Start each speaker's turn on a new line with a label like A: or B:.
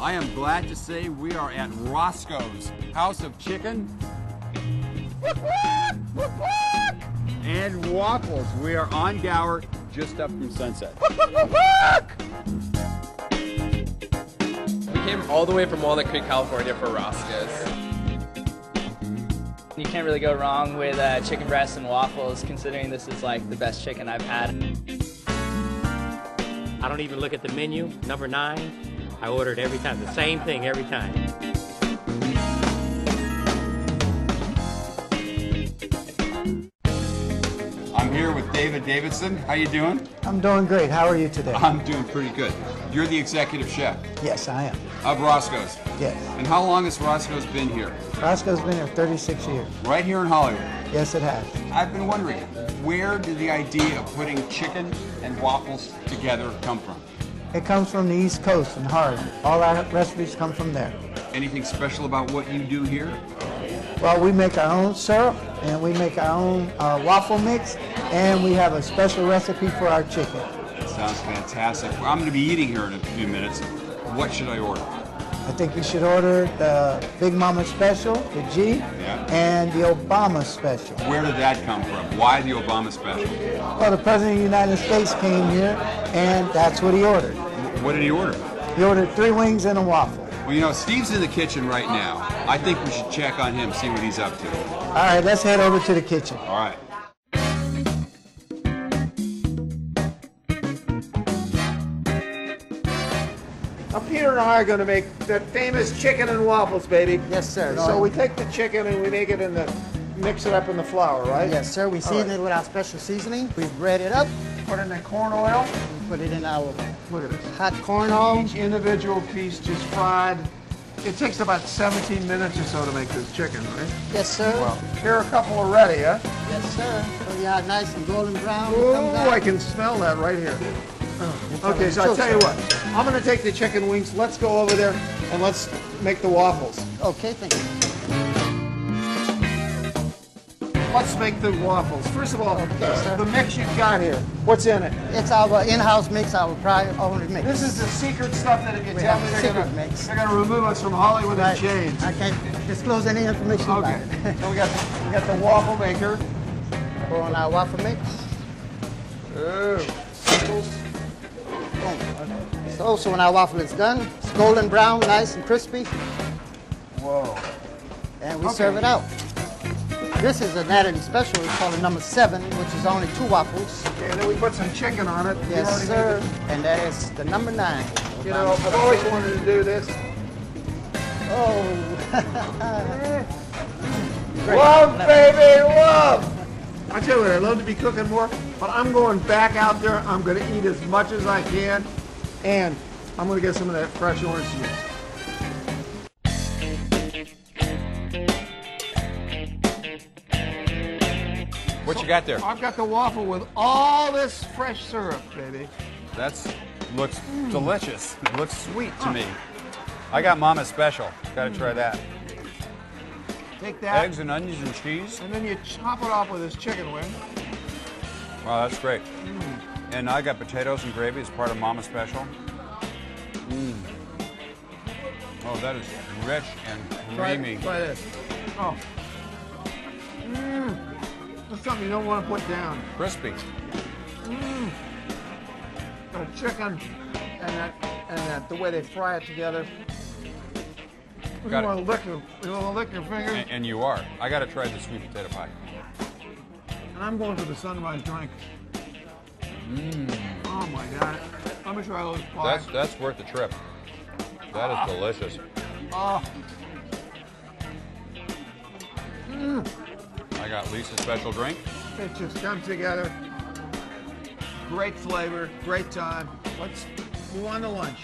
A: I am glad to say we are at Roscoe's House of Chicken and Waffles. We are on Gower, just up from Sunset.
B: We came all the way from Walnut Creek, California for Roscoe's.
C: You can't really go wrong with uh, chicken breasts and waffles, considering this is like the best chicken I've had.
D: I don't even look at the menu. Number nine, I ordered every time, the same thing every time.
A: I'm here with David Davidson. How you doing?
E: I'm doing great. How are you today?
A: I'm doing pretty good. You're the executive chef
E: yes, I am.
A: of Roscoe's.
E: Yes.
A: And how long has Roscoe's been here?
E: Roscoe's been here 36 years.
A: Right here in Hollywood.
E: Yes, it has.
A: I've been wondering, where did the idea of putting chicken and waffles together come from?
E: It comes from the East Coast and Harlem. All our recipes come from there.
A: Anything special about what you do here?
E: Well, we make our own syrup and we make our own uh, waffle mix and we have a special recipe for our chicken.
A: That sounds fantastic. Well, I'm going to be eating here in a few minutes. What should I order?
E: I think you should order the Big Mama Special, the G,
A: Yeah.
E: and the Obama Special.
A: Where did that come from? Why the Obama special?
E: Well, the President of the United States came here and that's what he ordered.
A: Wh- What did he order?
E: He ordered three wings and a waffle.
A: Well, you know, Steve's in the kitchen right now. I think we should check on him, see what he's up to.
E: All right, let's head over to the kitchen.
A: All right.
F: Now, Peter and I are going to make that famous chicken and waffles, baby.
E: Yes, sir.
F: So we take the chicken and we make it in the, mix it up in the flour, right?
E: Yes, sir. We season it with our special seasoning. We bread it up.
F: Put in the corn oil.
E: We put it in our
F: Look at this.
E: hot corn oil.
F: Each individual piece just fried. It takes about 17 minutes or so to make this chicken, right?
E: Yes, sir.
F: Here are a couple already, huh?
E: Yes, sir. So they are nice and golden brown. It comes
F: Oh,
E: out.
F: I can smell that right here. Okay, Oh, so I'll tell you what. I'm going to take the chicken wings. Let's go over there and let's make the waffles.
E: Okay, thank you.
F: Let's make the waffles. First of all,
E: sir.
F: the mix you've got here. What's in it?
E: It's our in-house mix, our private owned mix.
F: This is the secret stuff that if you
E: We
F: tell
E: have
F: me
E: a
F: they're
E: secret
F: gonna,
E: mix.
F: they're gonna remove us from Hollywood
E: Right.
F: and James.
E: I can't disclose any information
F: Okay.
E: about it.
F: so we got we got the waffle maker.
E: Pour on our waffle mix. Boom. So, so when our waffle is done, it's golden brown, nice and crispy.
F: Whoa.
E: and we
F: Okay.
E: serve it out. This is a Natalie special. It's called a number seven, which is only two waffles.
F: Okay, and then we put some chicken on it. We
E: Yes,
F: already
E: sir.
F: did
E: And that is the number nine.
F: it. You know, I've always wanted to do this.
E: Oh.
F: Love, baby, love. I tell you what, I love to be cooking more, but I'm going back out there. I'm gonna eat as much as I can, and I'm gonna get some of that fresh orange juice.
A: What you got there?
F: I've got the waffle with all this fresh syrup, baby.
A: That's looks delicious. It looks sweet to me. I got Mama's special. Got to try that.
F: Take that.
A: Eggs and onions and cheese.
F: And then you chop it off with this chicken wing.
A: Wow, Oh, that's great. And I got potatoes and gravy as part of Mama's special. Mm. Oh, that is rich and
F: Try-
A: creamy.
F: Try this. Oh. Mmm. That's something you don't want to put down.
A: Crispy.
F: The chicken and that, and that, the way they fry it together. You
A: Got it.
F: want to lick your, you want to lick your finger.
A: And, and you are. I got to try the sweet potato pie.
F: And I'm going for the sunrise drink. Mmm. Oh my God. I'm gonna try those pies.
A: That's that's worth the trip. That is delicious.
F: oh,
A: I got Lisa's special drink.
F: it just comes together. Great flavor, great time. Let's move on to lunch.